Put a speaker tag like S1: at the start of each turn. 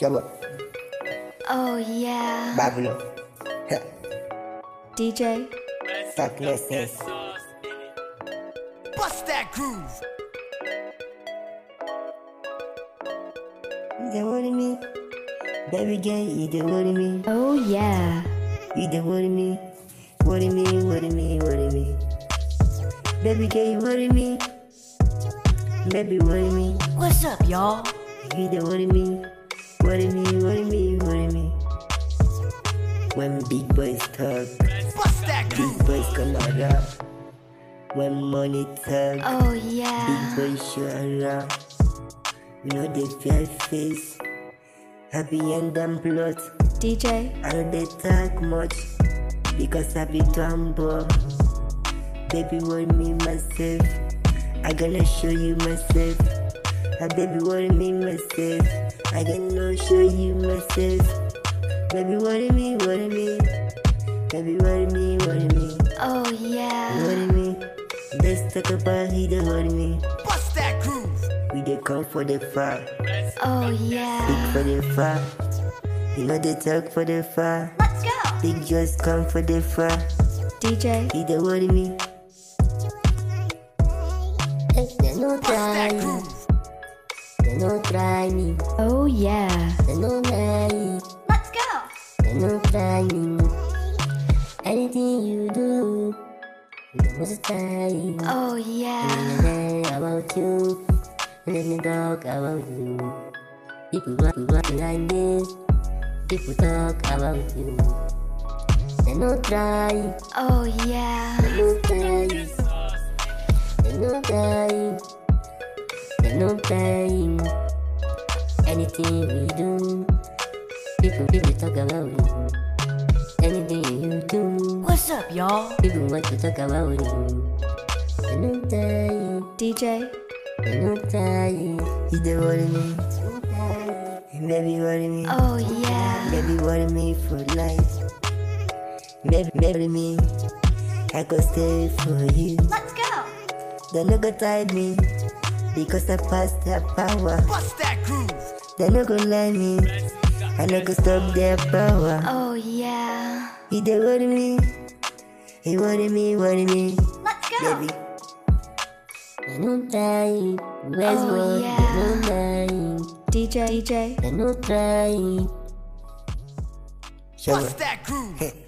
S1: Yalla.
S2: Oh, yeah.
S1: Babylon. Yeah.
S2: DJ,
S1: Thoughtlessness.
S3: Bust that groove.
S1: You the worry me. Baby girl, you the worry me.
S2: oh, yeah.
S1: You the worry me. Worry me, worry me, worry me. Baby girl, you worry me. Baby, worry me.
S3: What's up, y'all?
S1: You the worry me. Worry me, worry me, worry me. When big boys talk,
S3: Bust that
S1: big
S3: groove.
S1: boys come around. When money talk,
S2: Oh,
S1: Big
S2: yeah.
S1: boy Shara, you know the fair face, happy and damn blood.
S2: DJ,
S1: I don't they talk much because I be humble. Baby, want me myself. I gonna show you myself. I baby, want me myself. I gonna show you myself. Baby, want me, want me. Baby, want me, want me,
S2: Oh, yeah.
S1: want me. Let's talk about he don't want me.
S3: Bust that groove.
S1: We dey come for the fire,
S2: Oh,
S1: big
S2: yeah.
S1: for the fire. You know they talk for the fire.
S2: Let's go.
S1: Big just come for the fire.
S2: DJ,
S1: You don't worry me. Hey, They no
S3: Bust
S1: try
S3: that
S1: me,
S3: groove.
S1: they no try me,
S2: oh, yeah.
S1: they no lie,
S2: Let's go.
S1: they no try me. Anything you do, you must try.
S2: Oh, yeah.
S1: They about you, let me talk about you. People want to want like this. People talk about you. They no try,
S2: Oh, yeah.
S1: they no try. They no try, they no try. Anything we do, people people talk about you. Anything you do,
S3: What's up, y'all?
S1: people want to talk about you. They no try.
S2: DJ,
S1: No time, you don't worry me. Baby worry me,
S2: oh, yeah.
S1: baby worry me for life. Baby worry me, I could stay for you.
S2: Let's go.
S1: They no go tide me, because I pass their power.
S3: Bust that groove.
S1: They no go lie me, I no go stop their power.
S2: Oh, yeah.
S1: You don't worry me, you worry me, worry me,
S2: Let's go.
S1: baby. No time, where's
S2: Oh, yeah.
S1: No time.
S2: DJ, DJ.
S1: They're not trying.
S3: Bust that groove.